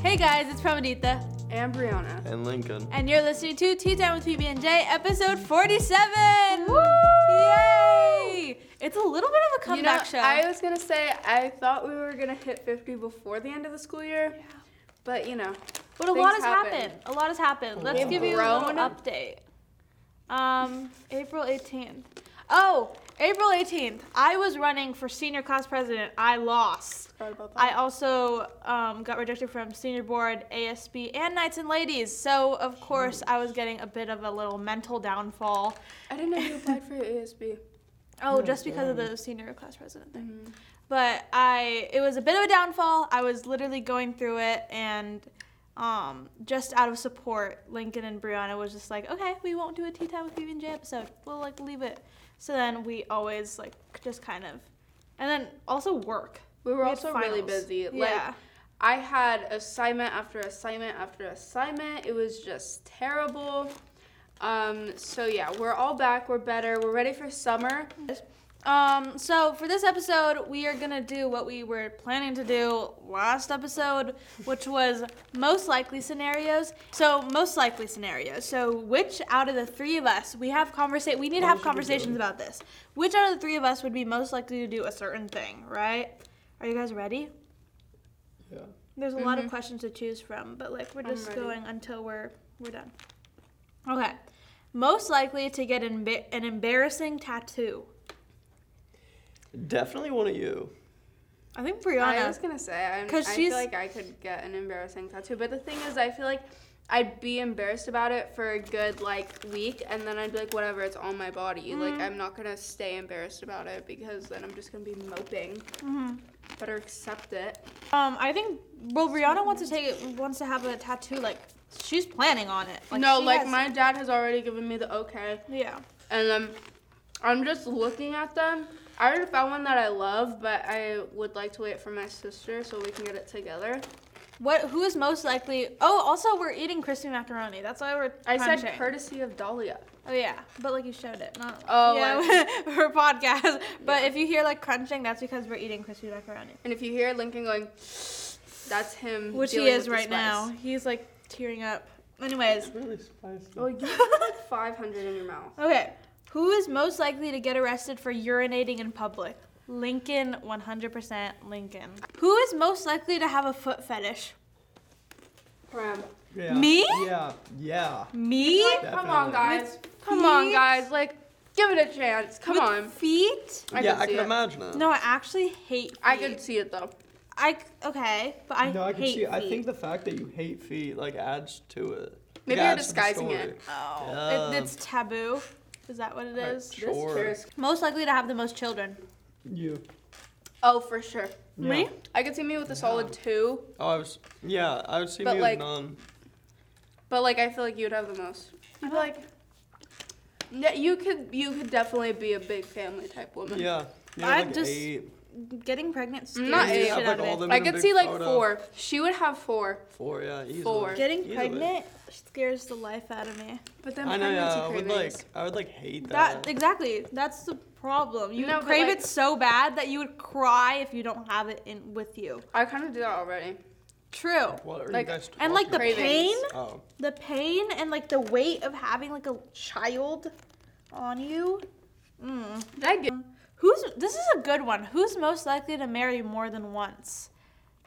Hey guys, it's Pramanita, And Brianna. and Lincoln. and you're listening to Tea Time with PB&J, episode 47! Woo! Yay! It's a little bit of a You know, comeback show. I was gonna say I thought we were gonna hit 50 before the end of the school year, but you know, but a lot has things happened. happen. A lot has happened. Let's We've give you a grown. little update. Um, April 18th. Oh, April 18th. I was running for senior class president. I lost. forgot about that. I also um, got rejected from senior board, ASB, and Knights and Ladies. So of course I was getting a bit of a little mental downfall. I, didn't know you applied for ASB. Oh, just because of the senior class president thing. Mm-hmm. But I, it was a bit of a downfall. I was literally going through it, and um, just out of support, Lincoln and Brianna was just like, "Okay, we won't do a tea time with PB and J episode. We'll like leave it." So then we always like just kind of, and then also work. We were had also really finals. busy. yeah. Like I had assignment after assignment after assignment. It was just terrible. Um, so yeah, we're all back. We're better. We're ready for summer. Um, so for this episode, we are gonna do what we were planning to do last episode, which was most likely scenarios. So most likely scenarios. So which out of the three of us we have conversa- we need to have conversations about this. Which out of the three of us would be most likely to do a certain thing, right? Are you guys ready? Yeah. There's a lot of questions to choose from, but like we're Mm-hmm. I'm just ready. going until we're we're done. Okay. Most likely to get emba- an embarrassing tattoo. Definitely one of you. I think Brianna. I was gonna say I'm, 'Cause I she's- feel like I could get an embarrassing tattoo, but the thing is, I feel like I'd be embarrassed about it for a good like week, and then I'd be like, whatever, it's on my body. Like Mm-hmm. I'm not gonna stay embarrassed about it because then I'm just gonna be moping. Mm-hmm. Better accept it. Um, I think well, Rihanna wants to take it, wants to have a tattoo. Like she's planning on it. no, she like has- my dad has already given me the okay, Yeah. and um, I'm just looking at them. I already found one that I love, but I would like to wait for my sister so we can get it together. What? Who is most likely? Oh, also we're eating crispy macaroni. That's why we're. I said crunching. courtesy of Dahlia. Oh yeah, but like you showed it, not. Oh, Yeah, for podcast. But if you hear like crunching, that's because we're eating crispy macaroni, And if you hear Lincoln going, that's him. which he dealing is with the right now. spice. He's like tearing up. Anyways, Really spicy. Oh, you have like 500 in your mouth. okay. Who is most likely to get arrested for urinating in public? Lincoln, 100% Lincoln. Who is most likely to have a foot fetish? Prem. Yeah. Me? Yeah. Yeah. Me? Come on, Definitely. guys. Come feet? on, guys. Like, give it a chance. Come With on. Feet? I yeah, could I see can it. imagine it. No, I actually hate feet. I could see it though. I c- okay, but I No, I can hate see. I feet. think the fact that you hate feet like adds to it. Maybe you're Like, adds to the disguising story. it. Oh, Yeah. it, it's taboo. Is that what it Alright, is? Sure. This chair is- Most likely to have the most children. You. Oh, for sure. Yeah. Me? I could see me with a solid two, Oh, I was. Yeah, I would see But, me like- with none. but like I feel like you'd have the most. I feel like. Yeah, you could you could definitely be a big family type woman. Yeah. You know, I'd like just- eight. Getting pregnant scares Not the eight. shit Yeah, out but all of me. them I in a could big see like photo. four. She would have four, Four, yeah, easily. Four. Getting Easily. pregnant scares the life out of me. but then I know, yeah. I pregnancy would cravings. like. I would like hate that. That exactly. That's the problem. You No, would but, crave like- it so bad that you would cry if you don't have it in with you. I kind of do that already. True. what are like- you guys And like the talking Cravings. pain about? Oh. the pain and like the weight of having like a child on you. Mm. Did I get? Who's this is a good one. Who's most likely to marry more than once?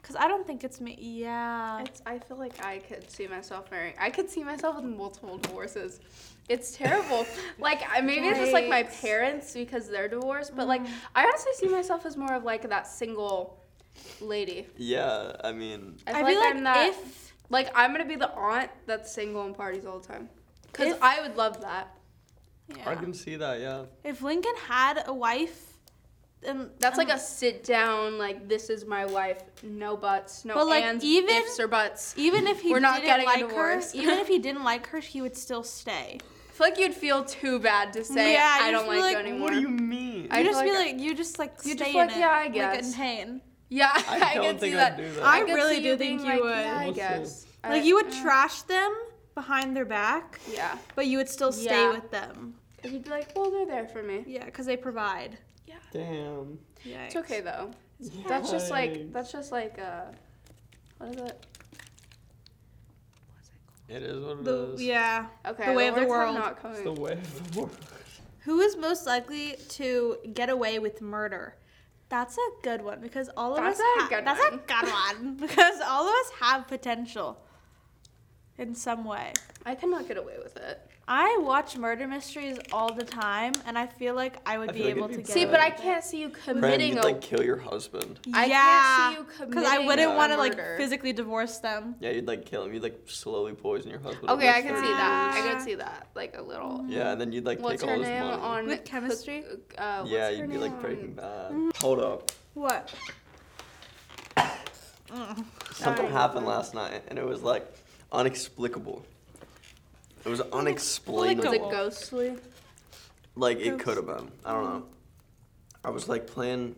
Cause I don't think it's me. Yeah. It's, I feel like I could see myself marrying. I could see myself with multiple divorces. It's terrible. like I- maybe it's just like my Right. Mm. parents because they're divorced, but like I honestly see myself as more of like that single lady. Yeah, I mean. I I feel feel like, I'm like that. if- like I'm gonna be the aunt that's single and parties all the time. Cause If- I would love that. yeah. I can see that, yeah. if Lincoln had a wife, and That's like and- a sit down. Like this is my wife. No buts. No But, like, ands, even- ifs or buts. even if he We're not didn't getting a like her, divorce. even if he didn't like her, he would still stay. I feel like you'd feel too bad to say Yeah, I you don't feel like, you like, anymore. What do you mean? I You feel just feel like- like, you just like stay You're just in like, it, yeah, I like in guess. pain. Yeah, I I, don't can see think that. I'd do that. I could really see do you think being you like, Yeah, would. I We'll see. guess. Like I- you would uh, trash them behind their back, Yeah, but you would still stay Yeah. with them. because you'd be like, well, they're there for me. Yeah, because they provide. Damn. Yeah. It's okay though. That's just like that's just like uh, what is it? It is what it is. The, yeah. Okay. The way of the world. words have Not It's coming. the way of the world. Who is most likely to get away with murder? That's a good one because all of That's us. a ha- good that's one. a good one because all of us have potential. In some way, I cannot get away with it. I watch murder mysteries all the time, and I feel like I would I be feel like able it'd to be get. See, away but I with it. can't see you Friend, committing you'd a. like kill your husband. I Yeah, can't see you I committing wouldn't a want to like murder. physically divorce them. Yeah, you'd like kill him. You'd like slowly poison your husband. Okay, over I can see 30 that. I years. can see that. Like a little. Yeah, and then you'd like What's take her all his name money. on With chemistry? Cook- Uh, what's yeah, her you'd be name like on- Breaking Bad. Hold up. What? Something Sorry. happened last night, and it was like unexplicable. It was Was unexplainable. it ghostly? Like it could have been. I don't know. I was like playing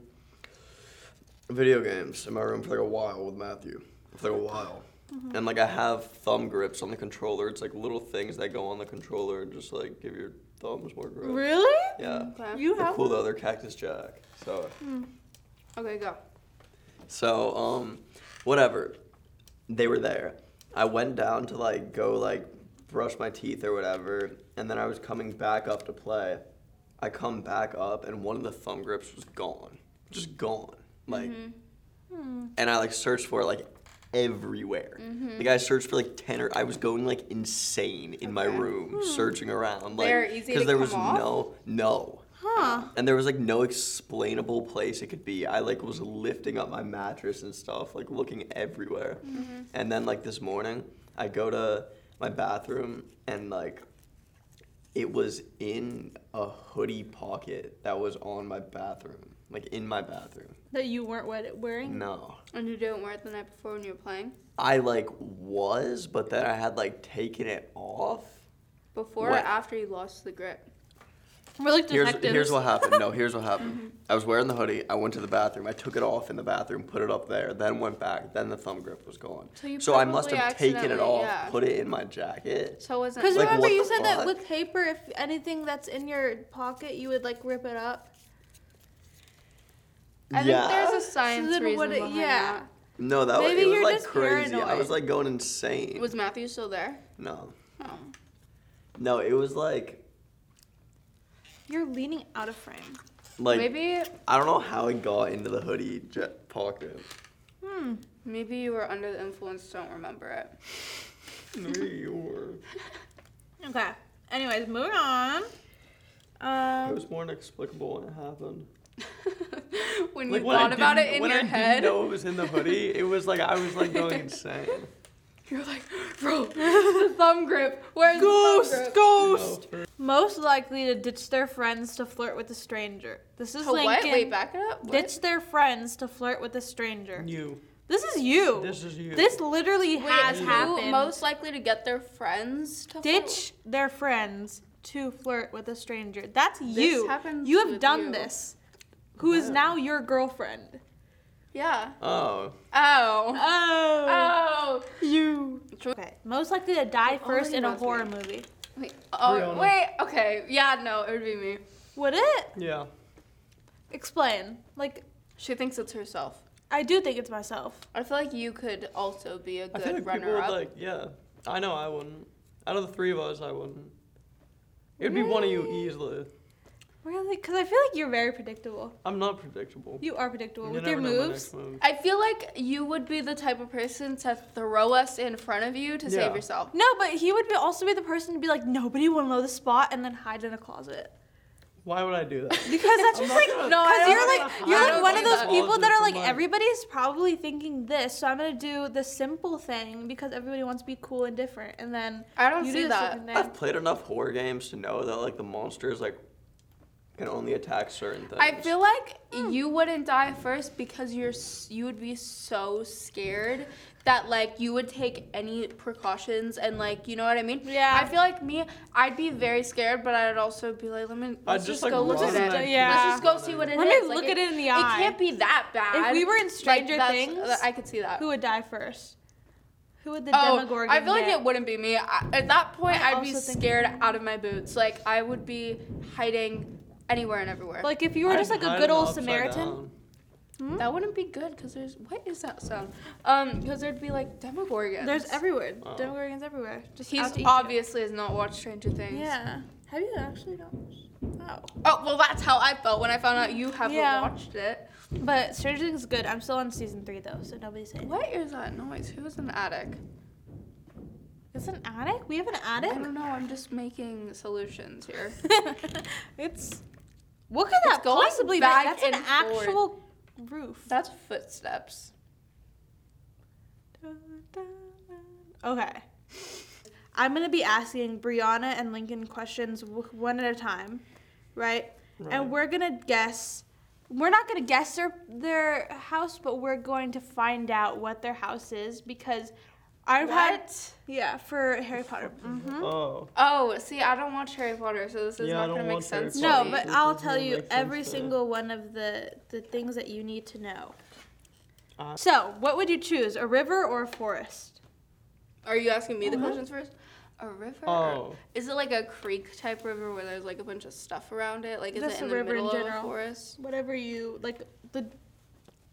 video games in my room for like a while with Matthew. For like a while. And like I have thumb grips on the controller. It's like little things that go on the controller and just like give your thumbs more grip. Really? Yeah. Okay. You They're have? cool though, they're cactus jack. So Okay, go. so um whatever. They were there. I went down to like go like brush my teeth or whatever, and then I was coming back up to play. I come back up and one of the thumb grips was gone. Just gone. Like Mm-hmm. Hmm. and I like searched for it like everywhere. Mm-hmm. Like I searched for like ten or I was going like insane in my Okay. room searching around. Like They're easy to there come was off? no no Huh. and there was like no explainable place it could be. I like was lifting up my mattress and stuff, like looking everywhere. And then like this morning, I go to my bathroom and like it was in a hoodie pocket that was on my bathroom, like in my bathroom. That you weren't wed- wearing? No. And you didn't wear it the night before when you were playing? I like was, but then I had like taken it off. Before or What? after you lost the grip? We're like Here's, detectives. here's what happened. No, here's what happened. Mm-hmm. I was wearing the hoodie. I went to the bathroom. I took it off in the bathroom, put it up there, then went back. Then the thumb grip was gone. So you I must probably have taken it accidentally- off, yeah. put it in my jacket. So it wasn't. Because Like, remember what you the said that fuck? with paper, if anything that's in your pocket, you would like rip it up. I think there's a science then reason what it- behind yeah. no, that was, Maybe it was you're like just crazy. I paranoid. was like going insane. that. Was Matthew still there? no, Oh. no, it was like You're leaning out of frame. like maybe I don't know how it got into the hoodie jet pocket. Hmm. maybe you were under the influence, don't remember it. it Okay. Anyways, moving on. Um, was more inexplicable when it happened. when Like you when I thought about didn't- it in when your I head, didn't know it was in the hoodie. It was like I was like going insane. you're like, bro, the thumb grip. Where's the thumb grip? ghost. Most likely to ditch their friends to flirt with a stranger. This is To Lincoln. what? Wait, back it up. What? Ditch their friends to flirt with a stranger. You. This is you. This is you. This literally Wait, has who happened. most likely to get their friends to ditch their friends to flirt with a stranger. That's This you. happens you have with done you. this. Who is Wow. now your girlfriend? Yeah. Oh. Oh. Oh, Oh. you. True. Okay. Most likely to die It first only in a reminds me. horror movie. Wait. Oh. Brianna. Wait. Okay. Yeah. No, it would be me. Would it? Yeah. Explain. Like, She thinks it's herself. I do think it's myself. I feel like you could also be a I feel good like people would runner-up. like, yeah. I know I wouldn't. Out of the three of us, I wouldn't. It would be one of you Really? easily. Really? Because I feel like you're very predictable. I'm not predictable. You are predictable You with your never know my moves. next move. I feel like you would be the type of person to throw us in front of you to save Yeah. yourself. No, but he would be also be the person to be like, nobody will know the spot, and then hide in a closet. Why would I do that? Because that's just like gonna- No, I Because don't you're think like that- you're I like don't one of think those that- people that are like Mine. everybody's probably thinking this, so I'm gonna do the simple thing because everybody wants to be cool and different, and then I don't you see do the that. simple I've thing. played enough horror games to know that like the monsters like can only attack certain things. I feel like you wouldn't die first because you're s- you would be so scared that like you would take any precautions and like you know what I mean. Yeah. I feel like me, I'd be very scared, but I'd also be like, let me I'd let's just, just, like, go look run at and it. I'd Yeah. Let's just go see what it is. Let me Like, look at it in the eye. It can't be that bad. If we were in Like, Stranger that's- uh, Things, I could see that. Who would die first? Who would the Oh, Demogorgon? I feel like get? it wouldn't be me. I, at that point, I I'd be also think- scared out of my boots. Like I would be hiding anywhere and everywhere. Like if you were I'd just like a hide good them old upside Samaritan. down. Hmm? That wouldn't be good because there's what is that sound? Um, because there'd be like Demogorgons. There's everywhere. Oh. Demogorgons everywhere. Just He's out to eat you. obviously has not watched Stranger Things. Yeah. Have you actually not? Oh. Oh well, that's how I felt when I found out you haven't Yeah. watched it. But Stranger Things is good. I'm still on season three though, so nobody's saying. What is that noise? Who's in the attic? It's an attic. We have an I attic. don't know. I'm just making solutions here. it's what could that going possibly be? back That's an and forth. actual roof. That's footsteps. Okay. I'm gonna be asking Brianna and Lincoln questions w- one at a time, right? And we're gonna guess. We're not gonna guess their their house, but we're going to find out what their house is because I've had What? yeah for Harry Potter. hmm Oh. Oh, see, I don't watch Harry Potter, so this is Yeah, I not gonna don't make watch Harry sense. to No, Sorry. me. but It I'll doesn't tell really you make sense every to- single one of the the things that you need to know. Uh, So, what would you choose? A river or a forest? are you asking me the questions first? A river? Oh. Is it like a creek type river where there's like a bunch of stuff around it? Like, is That's it a in the river in middle of a general. forest? Whatever you like the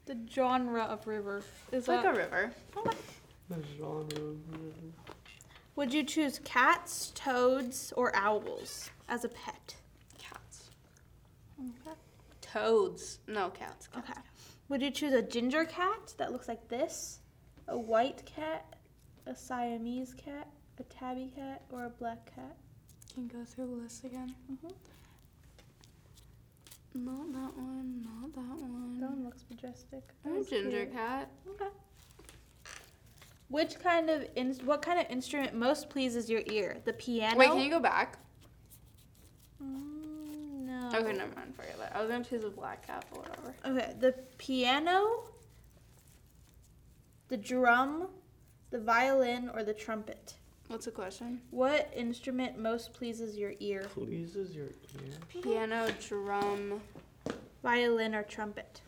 the genre of river is It's like a river. Would you choose cats, toads, or owls as a pet? Cats. Toads. No, cats. cats. Okay. Would you choose a ginger cat that looks like this, a white cat, a Siamese cat, a tabby cat, or a black cat? Can you go through the list again? Mm-hmm. Not that one. Not that one. That one looks majestic. I'm a That's cute. ginger cat. Okay. Which kind of in, what kind of instrument most pleases your ear? The piano. Wait, can you go back? Mm, no. Okay, never mind. Forget that. I was gonna choose a black cat, but whatever. Okay, the piano, the drum, the violin, or the trumpet. What's the question? What instrument most pleases your ear? Pleases your ear. Piano, drum, Violin or trumpet?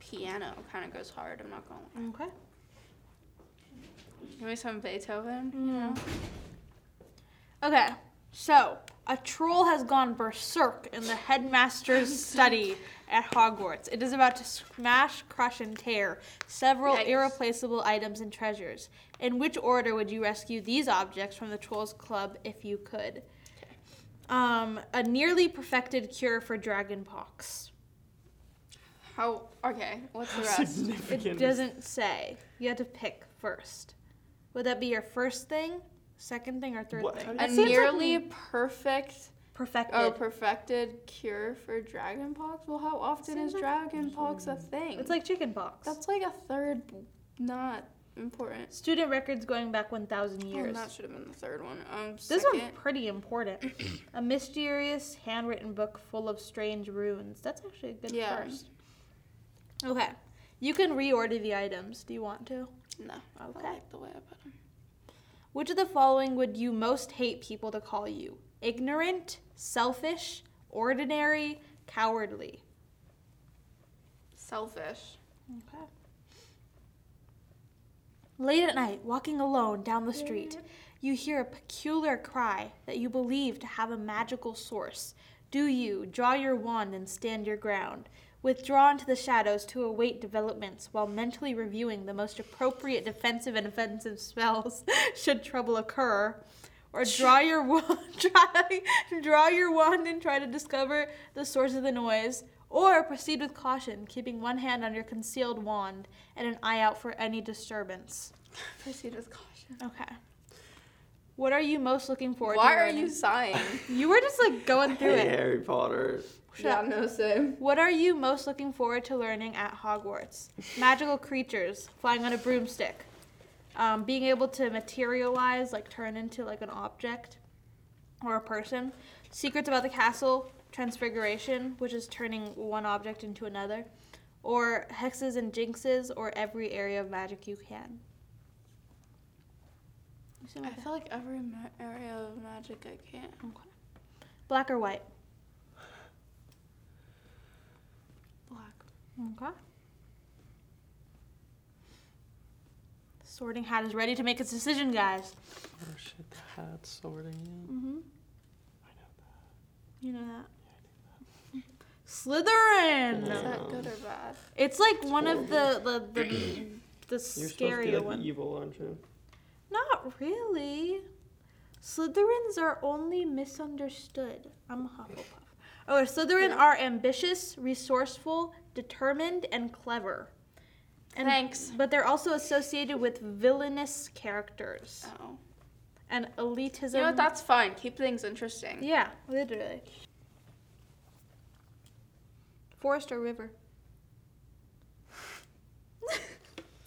piano kind of goes hard. I'm not gonna lie. Okay. Give me some Beethoven. No. Okay, so a troll has gone berserk in the headmaster's study at Hogwarts. It is about to smash, crush, and tear several Yikes. irreplaceable items and treasures. In which order would you rescue these objects from the Trolls Club if you could? Um, a nearly perfected cure for dragonpox. How? Okay. What's the rest? It Significant. doesn't say. You had to pick first. Would that be your first thing, second thing, or third What? thing? It a seems like nearly perfect Perfected. or perfected cure for dragonpox. Well, how often Seems is dragonpox a thing? it's like chickenpox. that's like a third. Not important. Student records going back 1,000 Oh, years. that should have been the third one. Um, this second. one's pretty important. a mysterious handwritten book full of strange runes. That's actually a good Yeah. first. Okay. You can reorder the items. Do you want to? No. Okay. I like the way I put them. Which of the following would you most hate people to call you? Ignorant, selfish, ordinary, cowardly. Selfish. Okay. Late at night, walking alone down the street, you hear a peculiar cry that you believe to have a magical source. Do you draw your wand and stand your ground? Withdraw into the shadows to await developments while mentally reviewing the most appropriate defensive and offensive spells should trouble occur. Or draw your wand, try, draw your wand and try to discover the source of the noise. Or proceed with caution, keeping one hand on your concealed wand and an eye out for any disturbance. Proceed with caution. Okay. What are you most looking forward to? Why are learning? you sighing? You were just like going through Hey, it. Harry Potter. Shut up. no same. What are you most looking forward to learning at Hogwarts? Magical creatures, flying on a broomstick, um, being able to materialize, like turn into like an object or a person, secrets about the castle, transfiguration, which is turning one object into another, or hexes and jinxes, or every area of magic you can. You see my- I feel like every ma- area of magic I can. Okay. Black or white? Black. Okay. The sorting hat is ready to make its decision, guys. Oh shit, the hat sorting. Mm-hmm. I know You know that. Slytherin. Is that Um, good or bad? It's like one of the the the, the You're supposed to be scarier like ones. the evil, aren't you? Not really. Slytherins are only misunderstood. I'm a Hufflepuff. Oh, Slytherin are ambitious, resourceful, determined, and clever. And, Thanks. But they're also associated with villainous characters Oh. and elitism. You know what? That's fine. Keep things interesting. yeah, literally. Forest or river?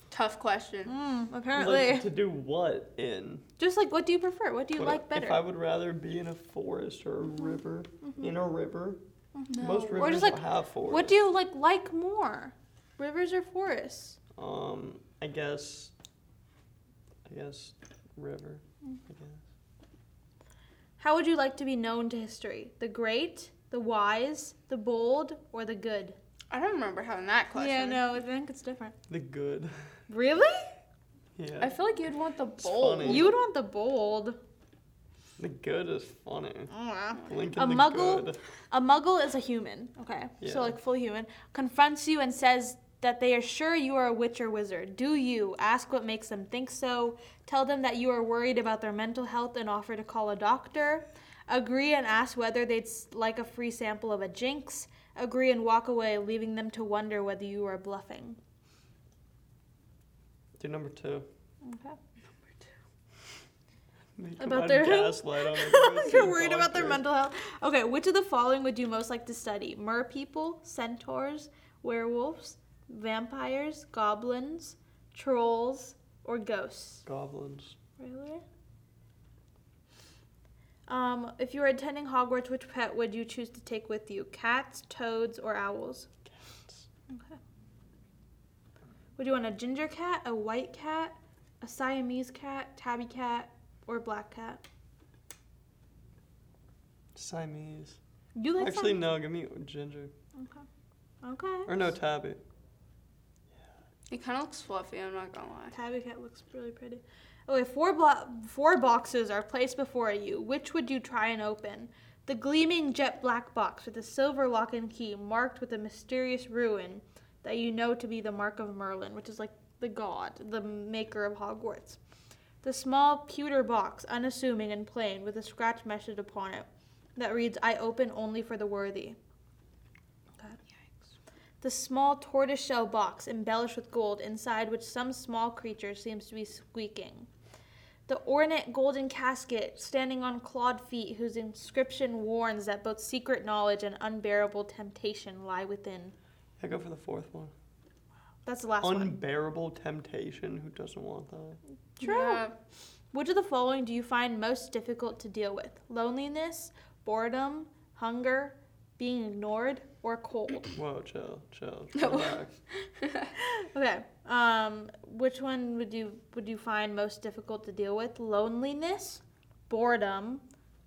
Tough question. Mm, apparently. Like, to do what in? Just like, what do you prefer? What do you What like I- better? Mm-hmm. If I would rather be in a forest or a river, in a river, Mm, most rivers Or just like, don't have forests. what do you like like more, rivers or forests? Um, I guess. I guess river. Mm. I guess. How would you like to be known to history? The great, the wise, the bold, or the good? I don't remember having that question. no, I think it's different. The good. Really? yeah. I feel like you'd want the It's bold. funny. You would want the bold. the good is funny. Lincoln A the muggle- Good. A muggle is a human, okay? Yeah. So, like, full human. Confronts you and says that they are sure you are a witch or wizard. Do you? Ask what makes them think so. Tell them that you are worried about their mental health and offer to call a doctor. Agree and ask whether they'd s- like a free sample of a jinx. Agree and walk away, leaving them to wonder whether you are bluffing. Do number two. Okay. They About provide their- gaslight on a You're worried about their doctor. mental health. Okay, which of the following would you most like to study? Mer people, centaurs, werewolves, vampires, goblins, trolls, or ghosts? Goblins. Really? Um, if you were attending Hogwarts, which pet would you choose to take with you? Cats, toads, or owls? Cats. Okay. Would you want a ginger cat, a white cat, a Siamese cat, tabby cat, or black cat? Siamese. You like Actually, Siam- no. Give me ginger. Okay. Or no, tabby. It kind of looks fluffy. I'm not gonna lie. Tabby cat looks really pretty. Okay, four blo- four boxes are placed before you. Which would you try and open? The gleaming jet black box with a silver lock and key marked with a mysterious ruin that you know to be the mark of Merlin, which is like the god, the maker of Hogwarts. The small pewter box, unassuming and plain, with a scratch message upon it that reads, I open only for the worthy. God. The small tortoiseshell box embellished with gold, inside which some small creature seems to be squeaking. The ornate golden casket standing on clawed feet, whose inscription warns that both secret knowledge and unbearable temptation lie within. I go for the fourth one. That's the last one. Unbearable temptation. Who doesn't want that? True. Yeah. Which of the following do you find most difficult to deal with? Loneliness, boredom, hunger, being ignored, or cold? Whoa, chill, chill. No. Relax. Okay. Um, which one would you would you find most difficult to deal with? Loneliness, boredom,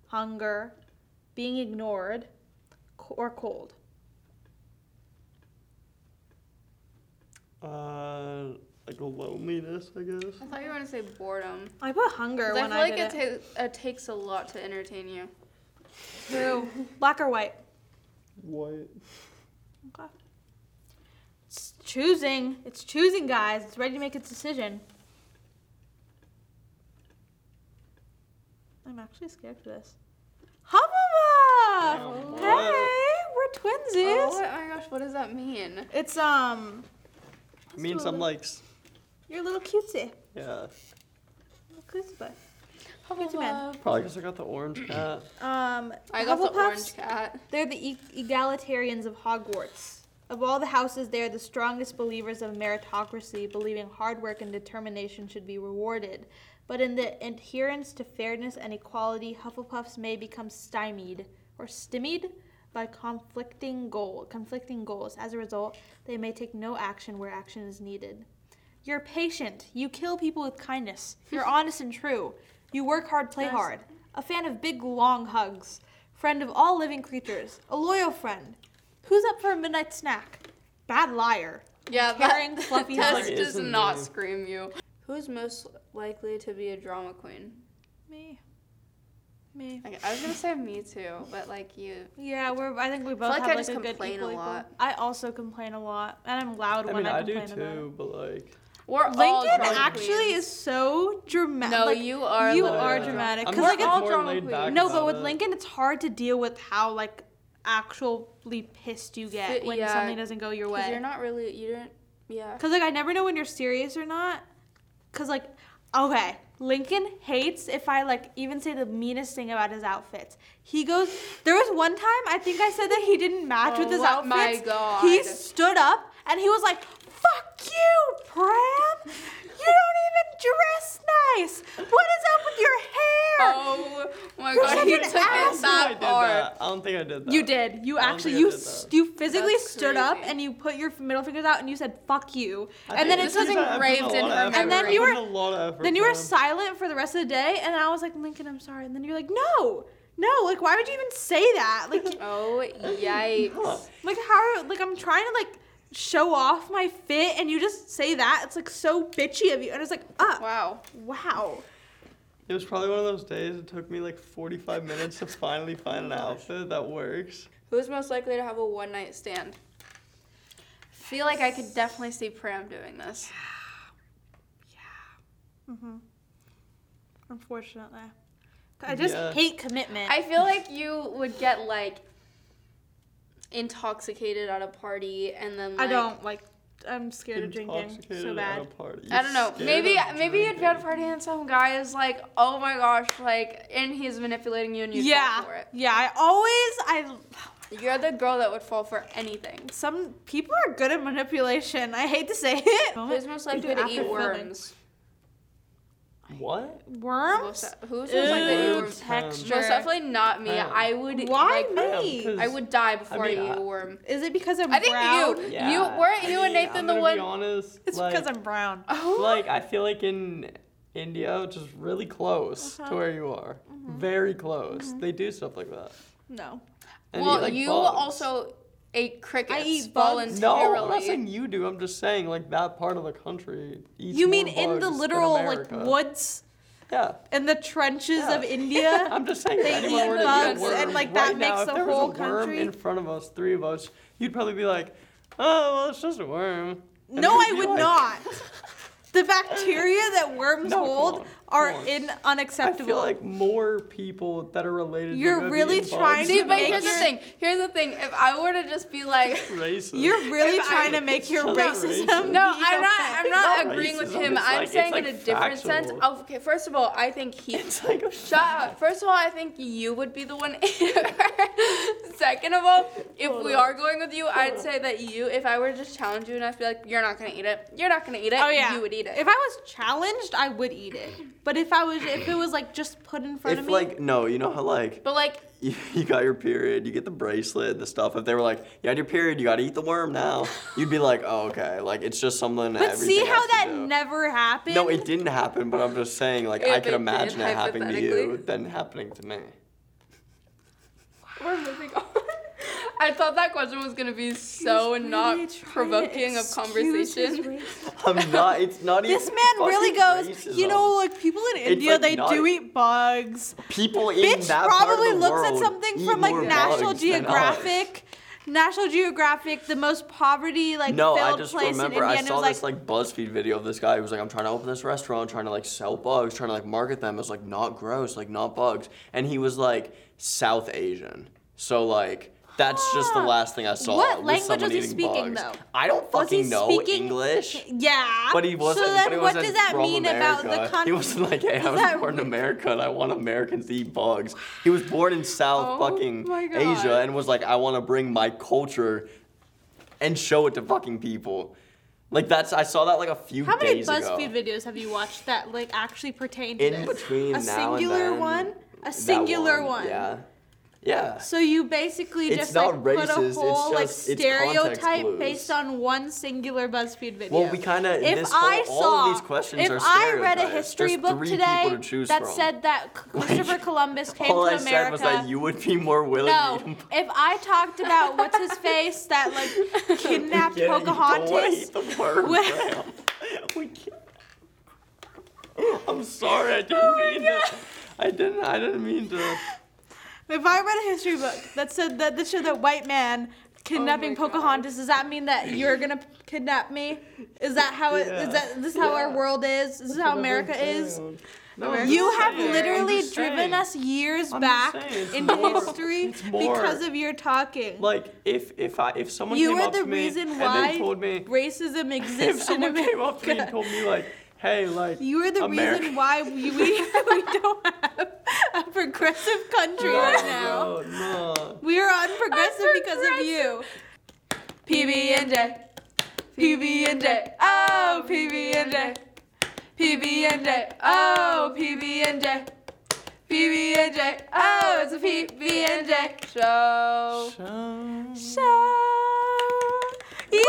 hunger, being ignored, co- or cold. uh, like loneliness, I guess. I thought you were gonna say boredom. I put hunger 'Cause when I I, feel like did it, ta- it takes a lot to entertain you. it. True. Black or white. White. Okay. It's choosing. It's choosing, guys. It's ready to make its decision. I'm actually scared for this. Hubbaba! Oh, hey, we're twinsies. Oh my gosh, what does that mean? It's um. It means I'm like, s- You're a little cutesy, yeah. little cutesy butt. Hufflepuff. man. Probably because I got the orange cat. Um, I got the Hufflepuffs, orange cat. They're the e- egalitarians of Hogwarts. Of all the houses, they are the strongest believers of meritocracy, believing hard work and determination should be rewarded. But in the adherence to fairness and equality, Hufflepuffs may become stymied or stymied by conflicting goal conflicting goals. As a result, they may take no action where action is needed. You're patient. You kill people with kindness. You're honest and true. You work hard, play Nice. hard. A fan of big, long hugs. Friend of all living creatures. A loyal friend. Who's up for a midnight snack? Bad liar. Yeah, Caring, that fluffy test hug. does Isn't not it? scream you. Who's most likely to be a drama queen? Me. Me. Okay, I was gonna say me too, but like you. Yeah, we're. I think we both like have I like just a good complain a equal, equal. lot. I also complain a lot, and I'm loud I when mean, I, I do complain about it. too, but like, We're all LinkedIn drama actually queens. is so dramatic. No, you are. you literally are a drama- dramatic, I'm 'cause, just like, more all drama laid queens. back No, but about with it. Lincoln, it's hard to deal with how like actually pissed you get Fi- when yeah, something doesn't go your 'Cause way. You're not really. You don't. Yeah. Cause like I never know when you're serious or not. Cause like, okay, Lincoln hates if I like even say the meanest thing about his outfits. He goes. There was one time I think I said that he didn't match with his Oh outfits. my God. He stood up and he was like, "Fuck you, Pram! You don't even dress nice. What is up with your hair?" Oh my You're god, such he an took it asshole. that I think I did far. that. I don't think I did that. You did. You I don't actually think I you did that. s- you physically That's stood up crazy. and you put your middle fingers out and you said "fuck you," I and did. then it This took was engraved in her And then I you put in were- a lot of effort Then you were man. silent for the rest of the day, and I was like, Lincoln, I'm sorry. And then you're like, no, no, like, why would you even say that? Like, you- Oh Huh. yikes! like how? Like, I'm trying to like show off my fit, and you just say that. It's like so bitchy of you, and it's like, uh, Wow. wow. It was probably one of those days. It took me like 45 minutes to finally find Oh an outfit that works. Who's most likely to have a one night stand? Feel like I could definitely see Pram doing this. Mm-hmm. hmm Unfortunately, I just Yeah. hate commitment. I feel like you would get like intoxicated at a party and then I like, don't like. I'm scared of drinking so Intoxicated at a bad. party. I don't know. Scared Maybe of maybe you'd go to a drinking. party and some guy is like, oh my gosh, like, and he's manipulating you and you Yeah, fall for it. yeah. I always I You're the girl that would fall for anything. some people are good at manipulation. I hate to say it. Who's most We do likely to after eat filming. worms? What? Worms? Most- Who's most Ew, likely to eat worms? texture. Most definitely not me. Pam. I would. Why like, Pam, me? 'cause- I would die before I, mean, uh, eat I- a worm. Is it because I'm I think brown? you. You weren't you and Nathan I'm the gonna one. Be honest, It's like, because I'm brown. Oh. like I feel like in India, which is really close Uh-huh. Mm-hmm. to where you are, very close. They do stuff like that. No. And well, eat, like, you bugs. also ate crickets I eat bugs. No, voluntarily. I'm not saying you do. I'm just saying like that part of the country. Eats you more mean in the bugs than literal like America. woods Yeah, in the trenches of Yeah. India? I'm just saying. They if anyone eat were to be bugs, a worm, and, like, right now, that makes if the there was whole a worm country- in front of us, three of us, you'd probably be like, "Oh, well, it's just a worm." And no, we'd I be would like, not. The bacteria that worms No, come hold on, come are on. in I unacceptable. feel like more people that are related. to You're them really eat trying bugs to See, than but make here's your- the thing. Here's the thing. If I were to just be like, racist. You're really If I- trying to make your Not racism. racist. be no, I'm not. okay. I'm not not agreeing with racism, him. it's I'm like- it's saying like in a different sense. factual. Oh, Okay, first of all, I think he. It's like a Shut up. First of all, I think you would be the one. Second of all, if we are going with you, I'd say that you, if I were to challenge you and I'd be like, you're not gonna eat it. You're not gonna eat it. Oh yeah, You would eat it. If I was challenged, I would eat it. But if I was, if it was like just put in front of If me, like no, you know how like but like, you, you got your period, you get the bracelet and the stuff. If they were like, you had your period, you gotta eat the worm now, you'd be like, oh, okay, like it's just something. but see everything how has to that do. never happened. No, it didn't happen, but I'm just saying, like, If I it could did, imagine it happening to you hypothetically. than happening to me. we're moving on. I thought that question was gonna be so not provoking of conversation. I'm not, it's not even. This man really fucking goes. You racism. know, like people in India, like they not- do eat bugs. people in Bitch that probably part of the looks at world something eat from like more National bugs than us. Geographic. National Geographic, the most poverty like No, I filled just place remember in India, I and it was saw like, this like BuzzFeed video of this guy who was like, I'm trying to open this restaurant, trying to like sell bugs, trying to like market them as like not gross, like not bugs. And he was like South Asian. So like that's just the Huh. last thing I saw. Ah. What was language someone was he eating speaking, bugs. though? I don't Was he fucking know speaking- English. yeah. But he wasn't. So but he then, what wasn't does that from mean about the America. country? He wasn't like, hey, I Does was that- born in America and I want Americans to eat bugs. He was born in South Oh fucking my God. Asia and was like, I want to bring my culture and show it to fucking people. Like that's I saw that like a few How many days BuzzFeed ago. videos have you watched that like actually pertain to In this? between a now and singular then, one, a that singular one. Yeah. Yeah. So you basically It's just like not put racist, a it's whole like just- it's context stereotype clues. based on one singular BuzzFeed video. Well, we kind of if this I whole, all saw, of these questions if are I stereotypes. read a history There's book three today people to choose that from. said that Christopher Columbus came all to I America, said was that you would be more willing no, to eat 'em. if I talked about what's his face that like kidnapped We can't eat the Pocahontas, white, the worm, Well- Oh Graham. We can't. I'm sorry, I didn't mean that. I didn't. I didn't mean to. If I read a history book that said that this showed that white man kidnapping my Oh God. Pocahontas, does that mean that you're gonna kidnap me? Is that how it? Is Yeah. that this is how our Yeah. world is? This is how America is? No, I'm You just have saying. literally I'm just driven saying. us years I'm just back saying, it's into more- history it's more- because of your talking. Like if if I if someone You came were up the to me reason and why they told me Racism if exists in someone America. came up to me and told me like, hey, like you are the America- reason why we, we we don't have a progressive country right now. No, no. We are on progressive because of you. PB and J. PB and J. Oh, PB and J. PB and J. Oh, PB and J. PB and J. Oh, it's a PB and J Show. Show- show. Yay!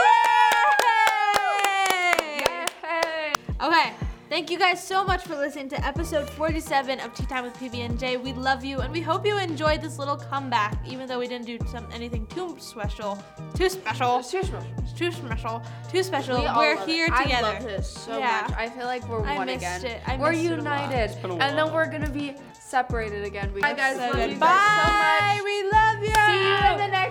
Yay! Okay. Thank you guys so much for listening to episode 47 of Tea Time with PB&J. We love you and we hope you enjoyed this little comeback, even though we didn't do some anything too special. Too special. Too special. Too special. We all are love it. here I together. love this so Yeah. much. I feel like we're I one missed again. it. I we're missed it a lot. united, It's been a and then while. we're gonna be separated again. We Bye got guys. so Love you many- Bye. We love you. See you in the next